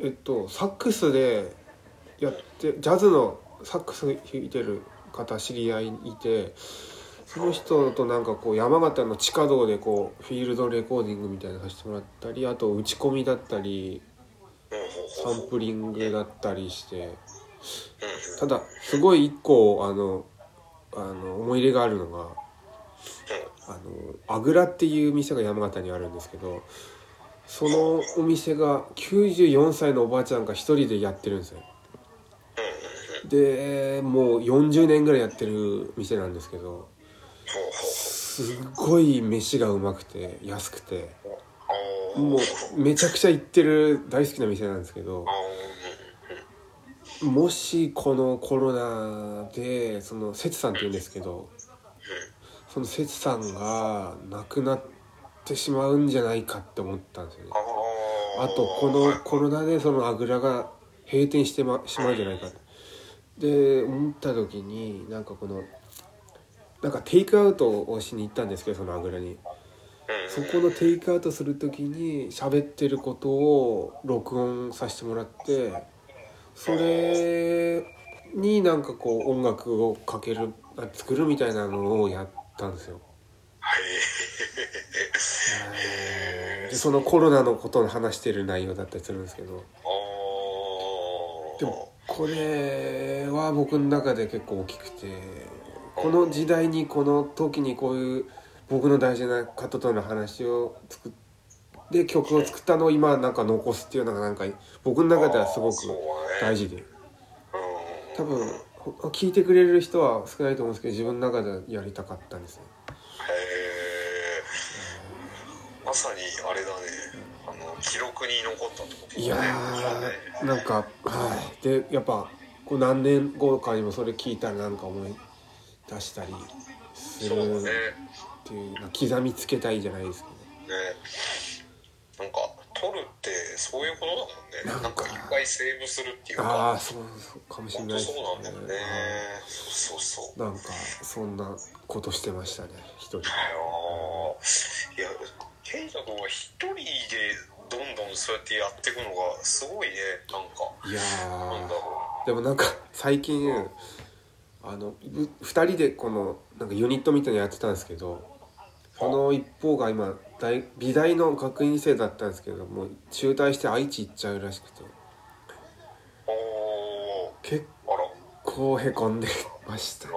A: えっとサックスでやってジャズのサックス弾いてる方知り合いにいてその人となんかこう山形の地下道でこうフィールドレコーディングみたいなのさせてもらったりあと打ち込みだったり
B: とうん
A: サンプリングだったりして
B: うんうん
A: ただすごい一個あのあの思い入れがあるのがあのアグラっていう店が山形にあるんですけどそのお店が94歳のおばあちゃんが一人でやってるんですよでもう40年ぐらいやってる店なんですけどすっごい飯がうまくて安くてもうめちゃくちゃ行ってる大好きな店なんですけどもしこのコロナでその節さんって言うんですけどその節さんが亡くなってしまうんじゃないかって思ったんですよねあとこのコロナでそのあぐらが閉店してましまうんじゃないかとで思った時になんかこのなんかテイクアウトをしに行ったんですけどそのあぐらにそこのテイクアウトする時に喋ってることを録音させてもらってそれになんかこう音楽をかけるあ作るみたいなのをやったんですよ。でそのコロナのことの話してる内容だったりするんですけどでもこれは僕の中で結構大きくてこの時代にこの時にこういう僕の大事な方との話を作って曲を作ったのを今なんか残すっていうのがなんか僕の中ではすごく大事で多分ほ聞いてくれる人は少ないと思うんですけど自分の中ではやりたかったんですね
B: まさにあれだねあの記録に残ったってこと
A: いやーなんかはいでやっぱこう何年後かにもそれ聞いたらなんか思い出したりする
B: そうだね
A: っていうの刻みつけたいじゃないですか、ね、
B: ねなんか撮るってそういうことだもんねなんかいっぱいセーブするっていう
A: ああ
B: か
A: そうそうかもしれ
B: 本
A: ない
B: 当
A: で
B: そ
A: す
B: う
A: な
B: なんだよねそうそうそう
A: んかそんなことしてましたね一人
B: だよいや健太君は一人でどんどんそうやってやっていくのがすごいねなんか
A: いや
B: なんだ
A: ー
B: ろ
A: でもなんか最近あのぶ二人でこのなんかユニットみたいなのやってたんですけどその一方が今大美大の学院生だったんですけどもう中退して愛知行っちゃうらしくて
B: うお
A: 結
B: ーあら
A: 構へこんでましたい
B: あ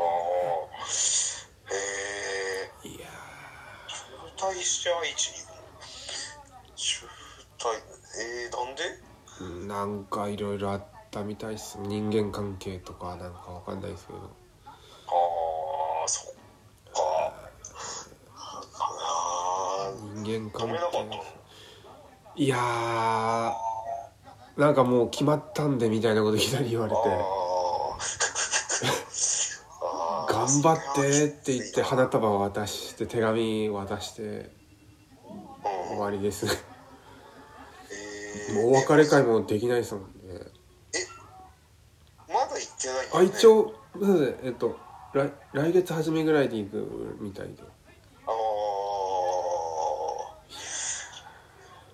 B: ーへえ
A: や
B: 中退して愛知に行くの中退えー、なんで
A: ーうんなんかいろいろあったみたいです人間関係とかなんかわかんないですけど
B: ああそっかあー
A: 人間関
B: 止めなかったの
A: 係いやーなんかもう決まったんでみたいなこといきなり言われて
B: あーあ ー
A: 頑張ってって言って花束を渡して手紙渡して終わりですね
B: えー
A: もうお別れ会もできないですもんね
B: まだ行ってないよ
A: あ一応そうですねえっと来来月初めぐらいで行くみたいで
B: あー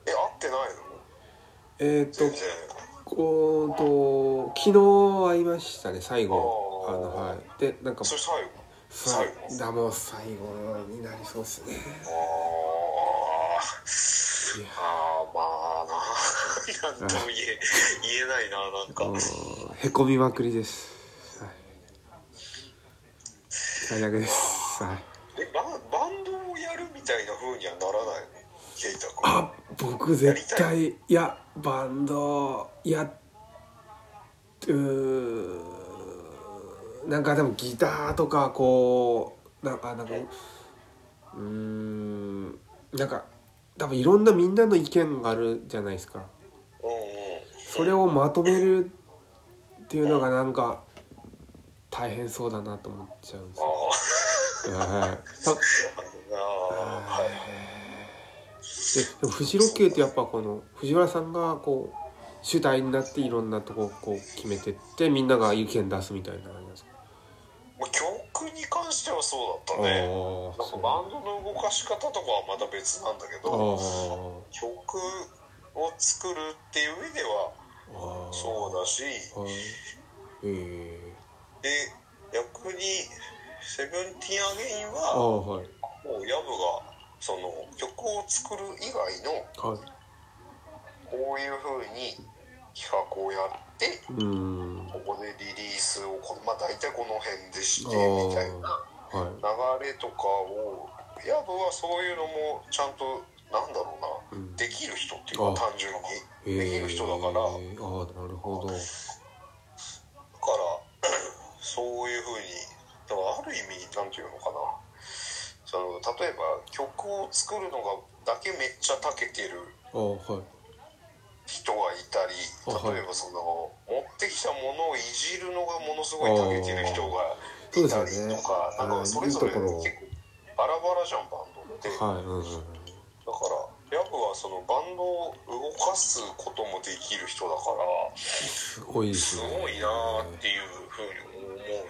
B: え会ってないの
A: えーっと
B: 全然
A: こうと昨日会いましたね最後
B: あ
A: あ
B: ー
A: のはいでなんか
B: それ最後最後
A: だもう最後になりそうですね
B: あー
A: いや
B: あーまあななんとも言え言えないななんか、
A: もうへこみまくりですはい最悪ですはい
B: えバンバンドをやるみたいな風にはならないのケイタ君
A: あ僕絶対いやバンドいやうーなんかでもギターとかこうなんかなんかうーんなんか多分いろんなみんなの意見があるじゃないですか
B: うんうん
A: それをまとめるっていうのがなんか大変そうだなと思っちゃうんです
B: あ
A: よ、
B: あ
A: はいた
B: ああはい
A: ででもフジロッキューってやっぱこの藤原さんがこう主体になっていろんなとここう決めてってみんなが意見出すみたいな感じなんですか
B: まあ、曲に関してはそうだったね
A: あ
B: なんかバンドの動かし方とかはまた別なんだけ
A: あ
B: ど曲を作るっていう上では
A: あ
B: そうだし
A: うはいええ
B: で逆に「セブンティーン・アゲイン
A: あ
B: は
A: あはい
B: もうヤブがその曲を作る以外の
A: はい
B: こういう風に企画をやって
A: うーん
B: ここでリリースをこまあ大体この辺でし
A: あ
B: てみたいな。
A: あはい
B: 流れとかをヤブはそういうのもちゃんとなんだろうな、
A: うん
B: できる人っていう
A: あ
B: か単純にできる人だから、
A: ええああなるほど
B: だから そういうふうにだからある意味なんていうのかなその例えば曲を作るのがだけめっちゃ長けてる
A: ああはい
B: 人がいたり
A: あはい
B: 例えばその、持ってきたものをいじるのがものすごい長けてる人が
A: そう
B: い
A: です
B: た
A: よ
B: り
A: ね
B: とか、
A: あ
B: なん
A: の
B: かそれぞれ
A: いい
B: 結
A: とこ
B: 構
A: ろを
B: バラバラじゃんバンドって。
A: はいうんうん
B: だからヤブはそのバンドを動かすこともできる人だから
A: すごいですすね
B: ごいなーっていうふうに思うね、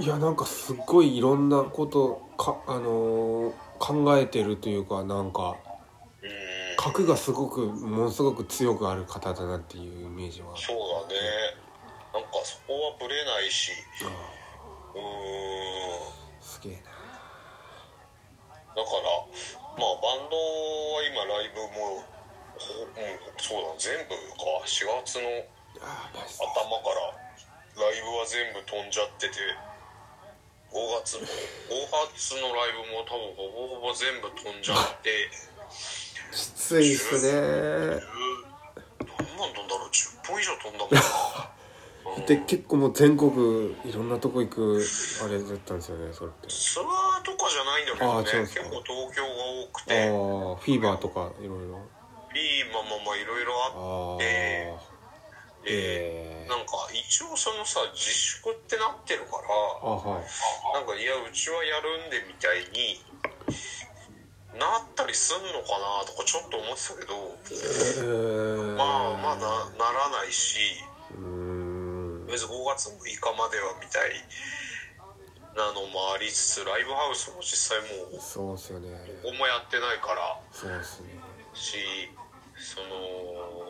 A: いやなんかすっごいいろんなことか、あのー考えてるというかなんか
B: うん
A: 核がすごくものすごく強くある方だなっていうイメージは
B: そうだねなんかそこはブレないし
A: あ
B: うーん
A: ーすげえな
B: だからまあバンドは今ライブもほ、うん、そうだ全部か4月の
A: あーマジで
B: 頭からライブは全部飛んじゃってて5月も5月のライブも多分ほぼほぼ全部飛んじゃって
A: きついっすね
B: 10何万飛んだろう10本以上飛んだもん な、うん
A: で結構もう全国いろんなとこ行くあれだったんですよねそれって
B: ツアーとかじゃないんだけど
A: あーそう
B: ね
A: です
B: 結
A: か
B: 構東京が多く
A: ああ
B: て
A: ーフィーバーとかいろいろ
B: いいまままいろいろ
A: あ
B: あっ
A: あ
B: え
A: え
B: て、
A: え
B: なんか一応そのさ自粛ってなってるから
A: あはい
B: なんかいやうちはやるんでみたいになったりすんのかなとかちょっと思ってたけどまあまあなならないし
A: うーん
B: 別に5月6日まではみたいなのもありつつライブハウスも実際もう
A: そうっすよね
B: ここもやってないから
A: そうっすね
B: しその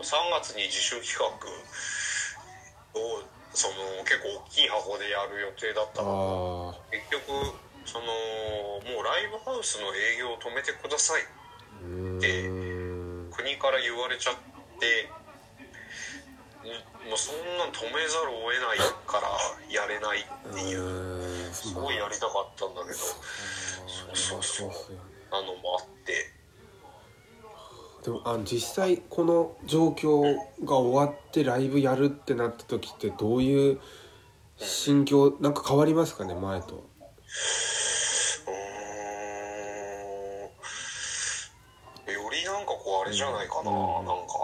B: 3月に自主企画をその結構大きい箱でやる予定だった
A: あ
B: の
A: あ
B: 結局そのもうライブハウスの営業を止めてくださいう
A: ーん
B: 国から言われちゃってんもうそんなん止めざるを得ないからやれないっていう
A: う
B: すごいやりたかったんだけど
A: そうそうそうっすよね
B: あのもあって
A: でもあの実際この状況が終わってライブやるってなった時ってどういう心境なんか変わりますかね前と
B: うーんよりなんかこうあれじゃないかな、
A: うん
B: なんか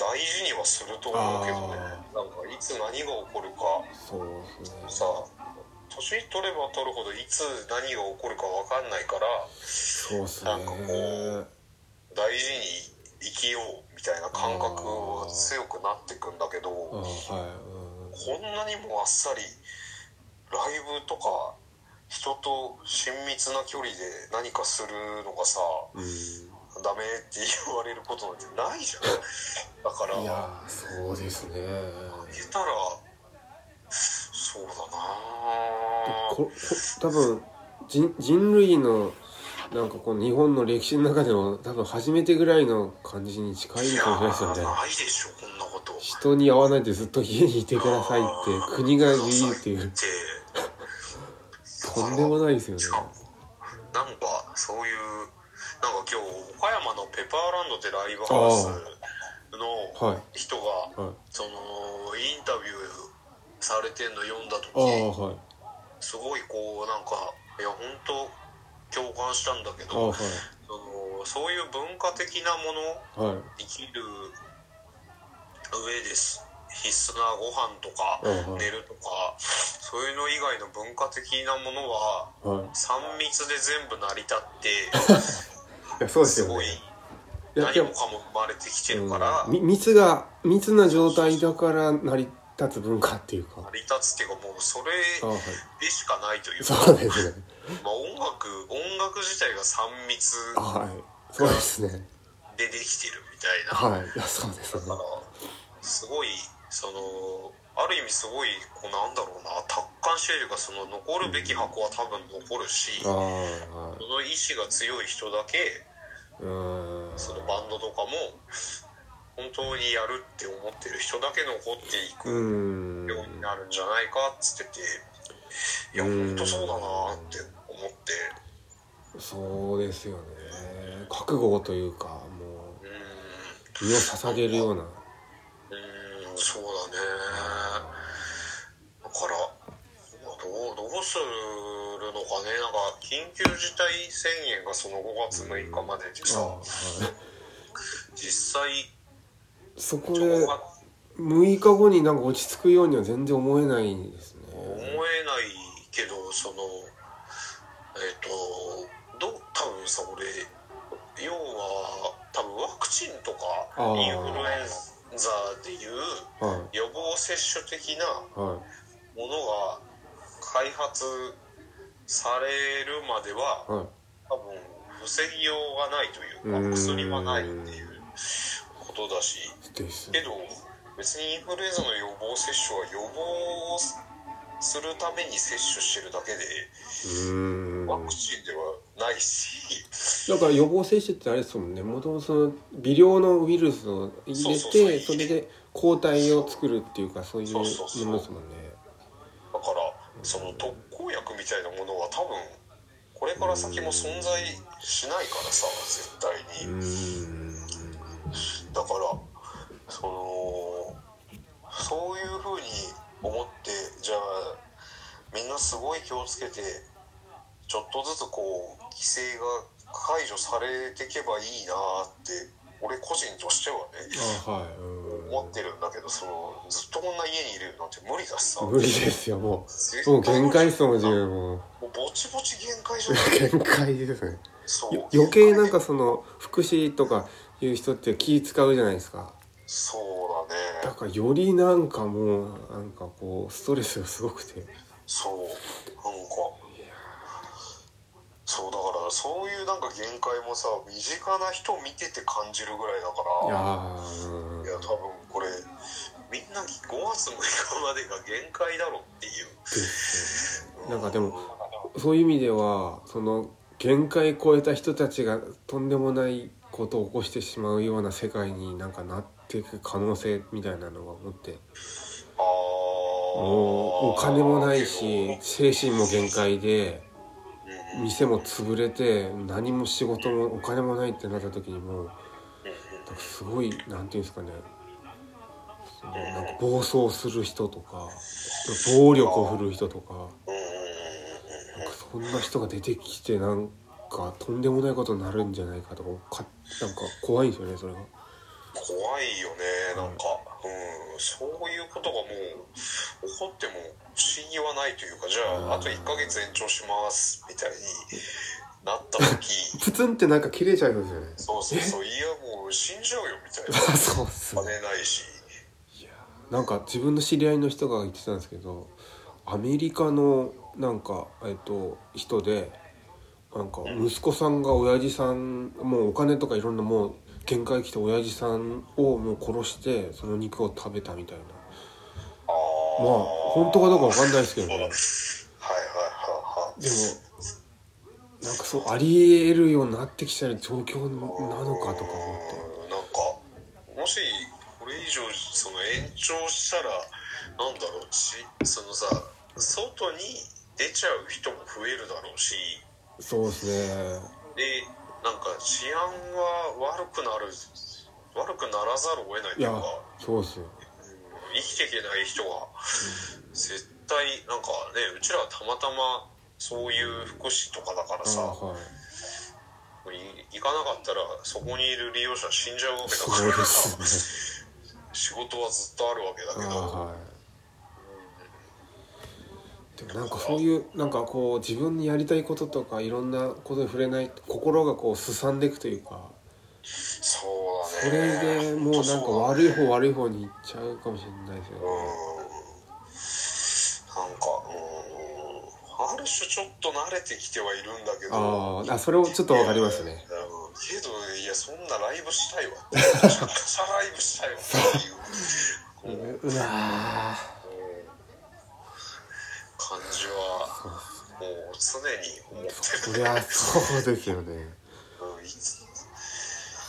B: 大事にはすると思うけどね
A: あ
B: なんかいつ何が起こるか
A: そうですね
B: さ年取れば取るほどいつ何が起こるか分かんないから
A: そうっす
B: なんかこ
A: ね
B: 大事に生きようみたいな感覚は強くなってくんだけど
A: あ
B: こ
A: はいうん
B: んなにもあっさりライブとか人と親密な距離で何かするのがさ
A: うん
B: ダメって言われることなんてないじゃんだから
A: いやーそうですね
B: 言ったらそうだな
A: ここ多分人人類のなんかこう日本の歴史の中でも多分初めてぐらいの感じに近い
B: い
A: の
B: や
A: かもしれないですよね
B: ないでしょこんなこと
A: 人に会わないでずっと家にいてくださいって国が言うっていう
B: で
A: とんでもないですよね
B: なんかそういうなんか今日岡山のペパーランドってライブハウスの
A: は
B: 人が
A: いはい
B: そのインタビューされてんの読んだ
A: ああ
B: 時
A: はい
B: すごいこうなんかいや本当共感したんだけ
A: ああ
B: ど
A: は
B: そのそういう文化的なもの
A: いはい
B: 生きる上です必須なご飯とか
A: うんうん
B: 寝るとかそういうの以外の文化的なものは
A: はい
B: 3密で全部成り立っ
A: い
B: て
A: やそうです
B: す
A: よね
B: ごい
A: いや
B: 何
A: で
B: も
A: も
B: かも生まれてきてるから
A: うんみ密が密な状態だから成り立つ文化っていうか
B: 成り立つっていうかもうそれ
A: ああはい
B: でしかないというか
A: そうですね
B: まあ音楽音楽自体が3密
A: あはいそうですね
B: でできてるみたいな
A: はいいやそうです
B: だ
A: ね
B: からすごいそのある意味すごいこうなんだろうな達観しているかその残るべき箱は多分残るし、
A: ああはい
B: その意志が強い人だけ
A: うーん
B: そのバンドとかも本当にやるって思ってる人だけ残っていく
A: うん
B: ようになるんじゃないかっつってていや
A: うん
B: 本当そうだなって思って
A: そうですよね覚悟というかも
B: う
A: う身を捧げるような
B: ーんうーんそうだねだからまあどうどうするのかねなんか緊急事態宣言がその5月6日までで
A: あ
B: さ
A: はい
B: 実際
A: そこ
B: 情
A: で
B: 報が
A: 6日後になんか落ち着くようには全然思えないですね
B: 思えないけどそのえっ、とどう多分さ俺要は多分ワクチンとか
A: あー
B: インフルエンザでいう
A: は
B: 予防接種的ない
A: は
B: ものが開発されるまではい
A: はい
B: 多分防ぎようがないという
A: うーん
B: か薬はないっていうことだし
A: です
B: けど別にインフルエンザの予防接種は予防するために接種してるだけで
A: うーん
B: ワクチンではないし
A: だから予防接種ってあれですもんねもともとその微量のウイルスを入れ
B: そうそうそ
A: て
B: う
A: それで抗体を作るっていうかそういうも
B: そ
A: ので
B: うそう
A: す
B: そう
A: もんね
B: だからその特効薬みたいなものは多分これから先も存在しないからさ絶対
A: う
B: に。
A: ーん
B: だからそのそういうふうに思ってじゃあみんなすごい気をつけてちょっとずつこう規制が解除されていけばいいなって俺個人としてはね
A: あはいうん
B: 思ってるんだけどそのずっとこんな家にいるなんて無理だしさ
A: 無理ですよも
B: 絶
A: う
B: 対
A: もう限界ですもん自
B: も
A: 分もう
B: うぼちぼち限界じゃない
A: 限界ですね
B: そう
A: よ余計なんかその福祉とかいう人って気使うじゃないですか
B: そうだ
A: だ
B: ね
A: からよりなんかもうなんかこうストレスがすごくて
B: そうなんかそうだからそういうなんか限界もさ身近な人を見てて感じるぐらいだ
A: いや
B: か
A: ーうん
B: らいや多分これみんな5月6日までが限界だろっていう
A: ですよねなんかでもそういう意味ではその限界超えた人たちがとんでもないことを起こしてしまうような世界になんかなっていく可能性みたいなのが思って
B: あ
A: もうお金もないし精神も限界で店も潰れて何も仕事もお金もないってなった時にもうなんかすごいなんていうんですかねそのなんか暴走する人とか暴力を振るう人とか。
B: うんうん
A: そんな人が出てきてなんかとんでもないことになるんじゃないかとかかなんか怖いんですよねそれが
B: 怖いよねなんか、うん、そういうことがもう起こっても不思議はないというかじゃああと1ヶ月延長しますみたいになった 時
A: プツンってなんか切れちゃいますよね
B: そうそうそういやもう死んじゃうよみたい な
A: あ そうっすね
B: 金ないし
A: なんか自分の知り合いの人が言ってたんですけどアメリカのなんかえっと人でなんか息子さんが親父さんもうお金とかいろんなもう限界来て親父さんをもう殺してその肉を食べたみたいなま
B: あ
A: あ
B: あ
A: 本当かどうかわかんないですけどね
B: はいはいはいはい
A: でもなんかそうありえるようになってきてる状況なのかとか思って
B: うんなんかもしこれ以上その延長したらなんだろうしそのさ外に出ちゃう人も増えるだろうし
A: そうですね
B: でなんか治安は悪くなる悪くならざるを得ないと
A: い
B: い
A: や
B: うか
A: そうですよ
B: うん生きていけない人は絶対なんかねうちらはたまたまそういう福祉とかだから
A: あ
B: さ
A: はい
B: い行かなかったらそこにいる利用者死んじゃうわけだ
A: そう
B: か
A: で
B: らさ
A: すね
B: 仕事はずっとあるわけだ
A: あ
B: け
A: あ
B: ど、
A: はいでもなんかそういうなんかこう自分にやりたいこととかいろんなことに触れない心がこうすさんでいくというか
B: そう
A: そ
B: だね
A: れでもうなんか悪い方悪い方に行っちゃうかもしれないですよね
B: う、んなんかうんある種ちょっと慣れてきてはいるんだけど
A: あーあそれをちょっとわかりますね
B: うんけどいやそんなライブしたい わってちゃんとしたライブしたいわって
A: う
B: いううん
A: うわ
B: 感じはもう常に思ってる
A: ーそりゃそうですよね
B: うんいつ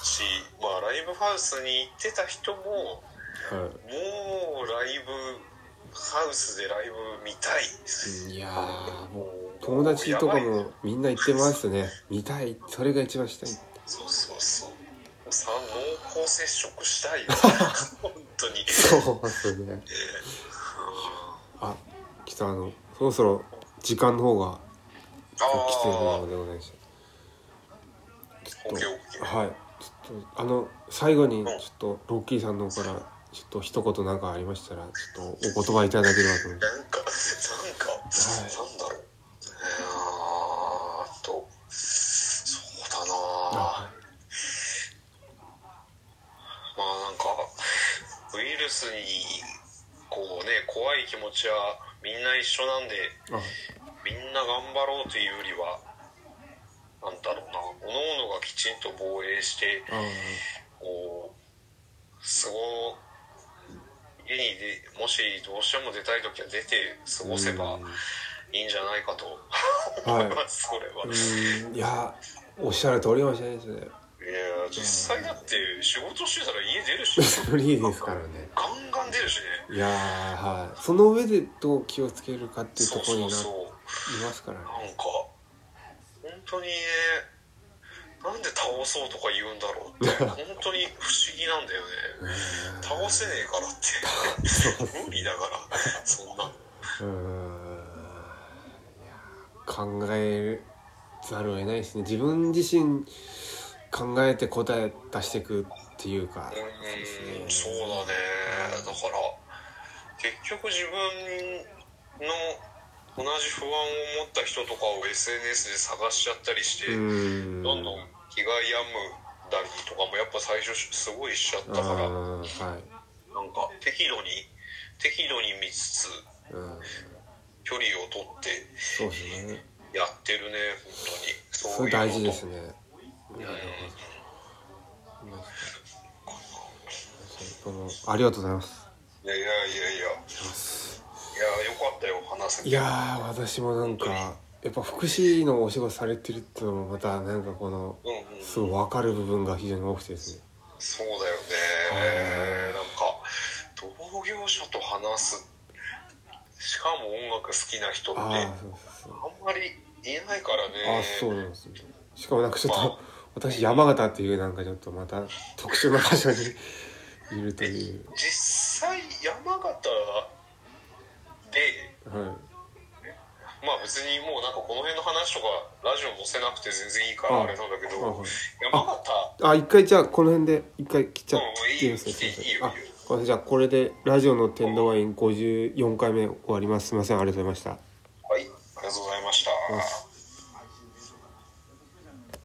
B: しまあライブハウスに行ってた人も
A: は
B: もうライブハウスでライブ見たい
A: いいやーもう友達とか
B: やばい
A: もみんな言ってますね見たいそれが一番したい
B: そうそうそうさ濃厚接触し たいよ本当に
A: そうですねあ来たあのそろそろ時間の方が
B: あ
A: 来てる
B: あ
A: のでございましたち
B: オッケー
A: ょ
B: オッ
A: っ
B: ケ
A: と
B: ー
A: はいちょっとあの最後にちょっとロッキーさんの方からちょっと一言なんかありましたらちょっとお言葉いただければと思います
B: なんかなんか、なんだろうえーっとそうだな
A: あ
B: まあなんかウイルスにこうね怖い気持ちはみんな一緒なんで
A: はい
B: みんな頑張ろうというよりはなんだろうな各々がきちんと防衛して
A: ああ
B: こう過ご家にでもしどうしても出たい時は出て過ごせばいいんじゃないかと
A: は
B: 思
A: い
B: います、それは。
A: うーんいやおっしゃる通りかもしれないですね
B: いや実際だって仕事してたら家出るし
A: フリーですからね
B: ガンガン出るしね
A: いやーはいその上でどう気をつけるかっていうところになり
B: そうそうそう
A: ますからね
B: なんか本当にねなんで倒そうとか言うんだろうって本当に不思議なんだよね倒せねえからって無理だからそんなの
A: うーん考えざるを得ないですね自分自身考えて答え出していくっていうか
B: うんそうだねだから結局自分の同じ不安を持った人とかを SNS で探しちゃったりして、
A: うーん
B: どんどん気が病むだりとかもやっぱ最初すごいしちゃった
A: あ
B: からなん
A: ーはい
B: か適度に適度に見つつ
A: うん
B: 距離を取って
A: そうですね
B: やってるね本当に
A: そ
B: そう
A: れ
B: いうこと
A: 大事ですね
B: うん
A: どうもありがとうございます
B: いやいやいやいやいやよかったよ話せて
A: いやー私もなんかやっぱ福祉のお仕事されてるっていうのもまたなんかこの
B: うんうん
A: すごい分かる部分が非常に多くてですね
B: そうだよねなんか同業者と話すしかも音楽好きな人ってあん
A: ああそうそうそう
B: まりいないからね
A: あそうなんですねしかもなんかちょっと私山形っていうなんかちょっとまた特殊な場所にいるという
B: 実際山形で
A: はい
B: まあ別にもうなんかこの辺の話とかラジオ載せなくて全然いいから
A: あ
B: あれなんだけど
A: あはい
B: 山形
A: あ一回じゃあこの辺で一回切っちゃっ
B: うんいい
A: ていいですかすい
B: 切
A: ま
B: って
A: せんあ
B: いいよいいよ
A: ごめんなさいじゃあこれでラジオの天童ワイン54回目終わりますすいませんありがとうございました
B: はいありがとうございました。
A: ます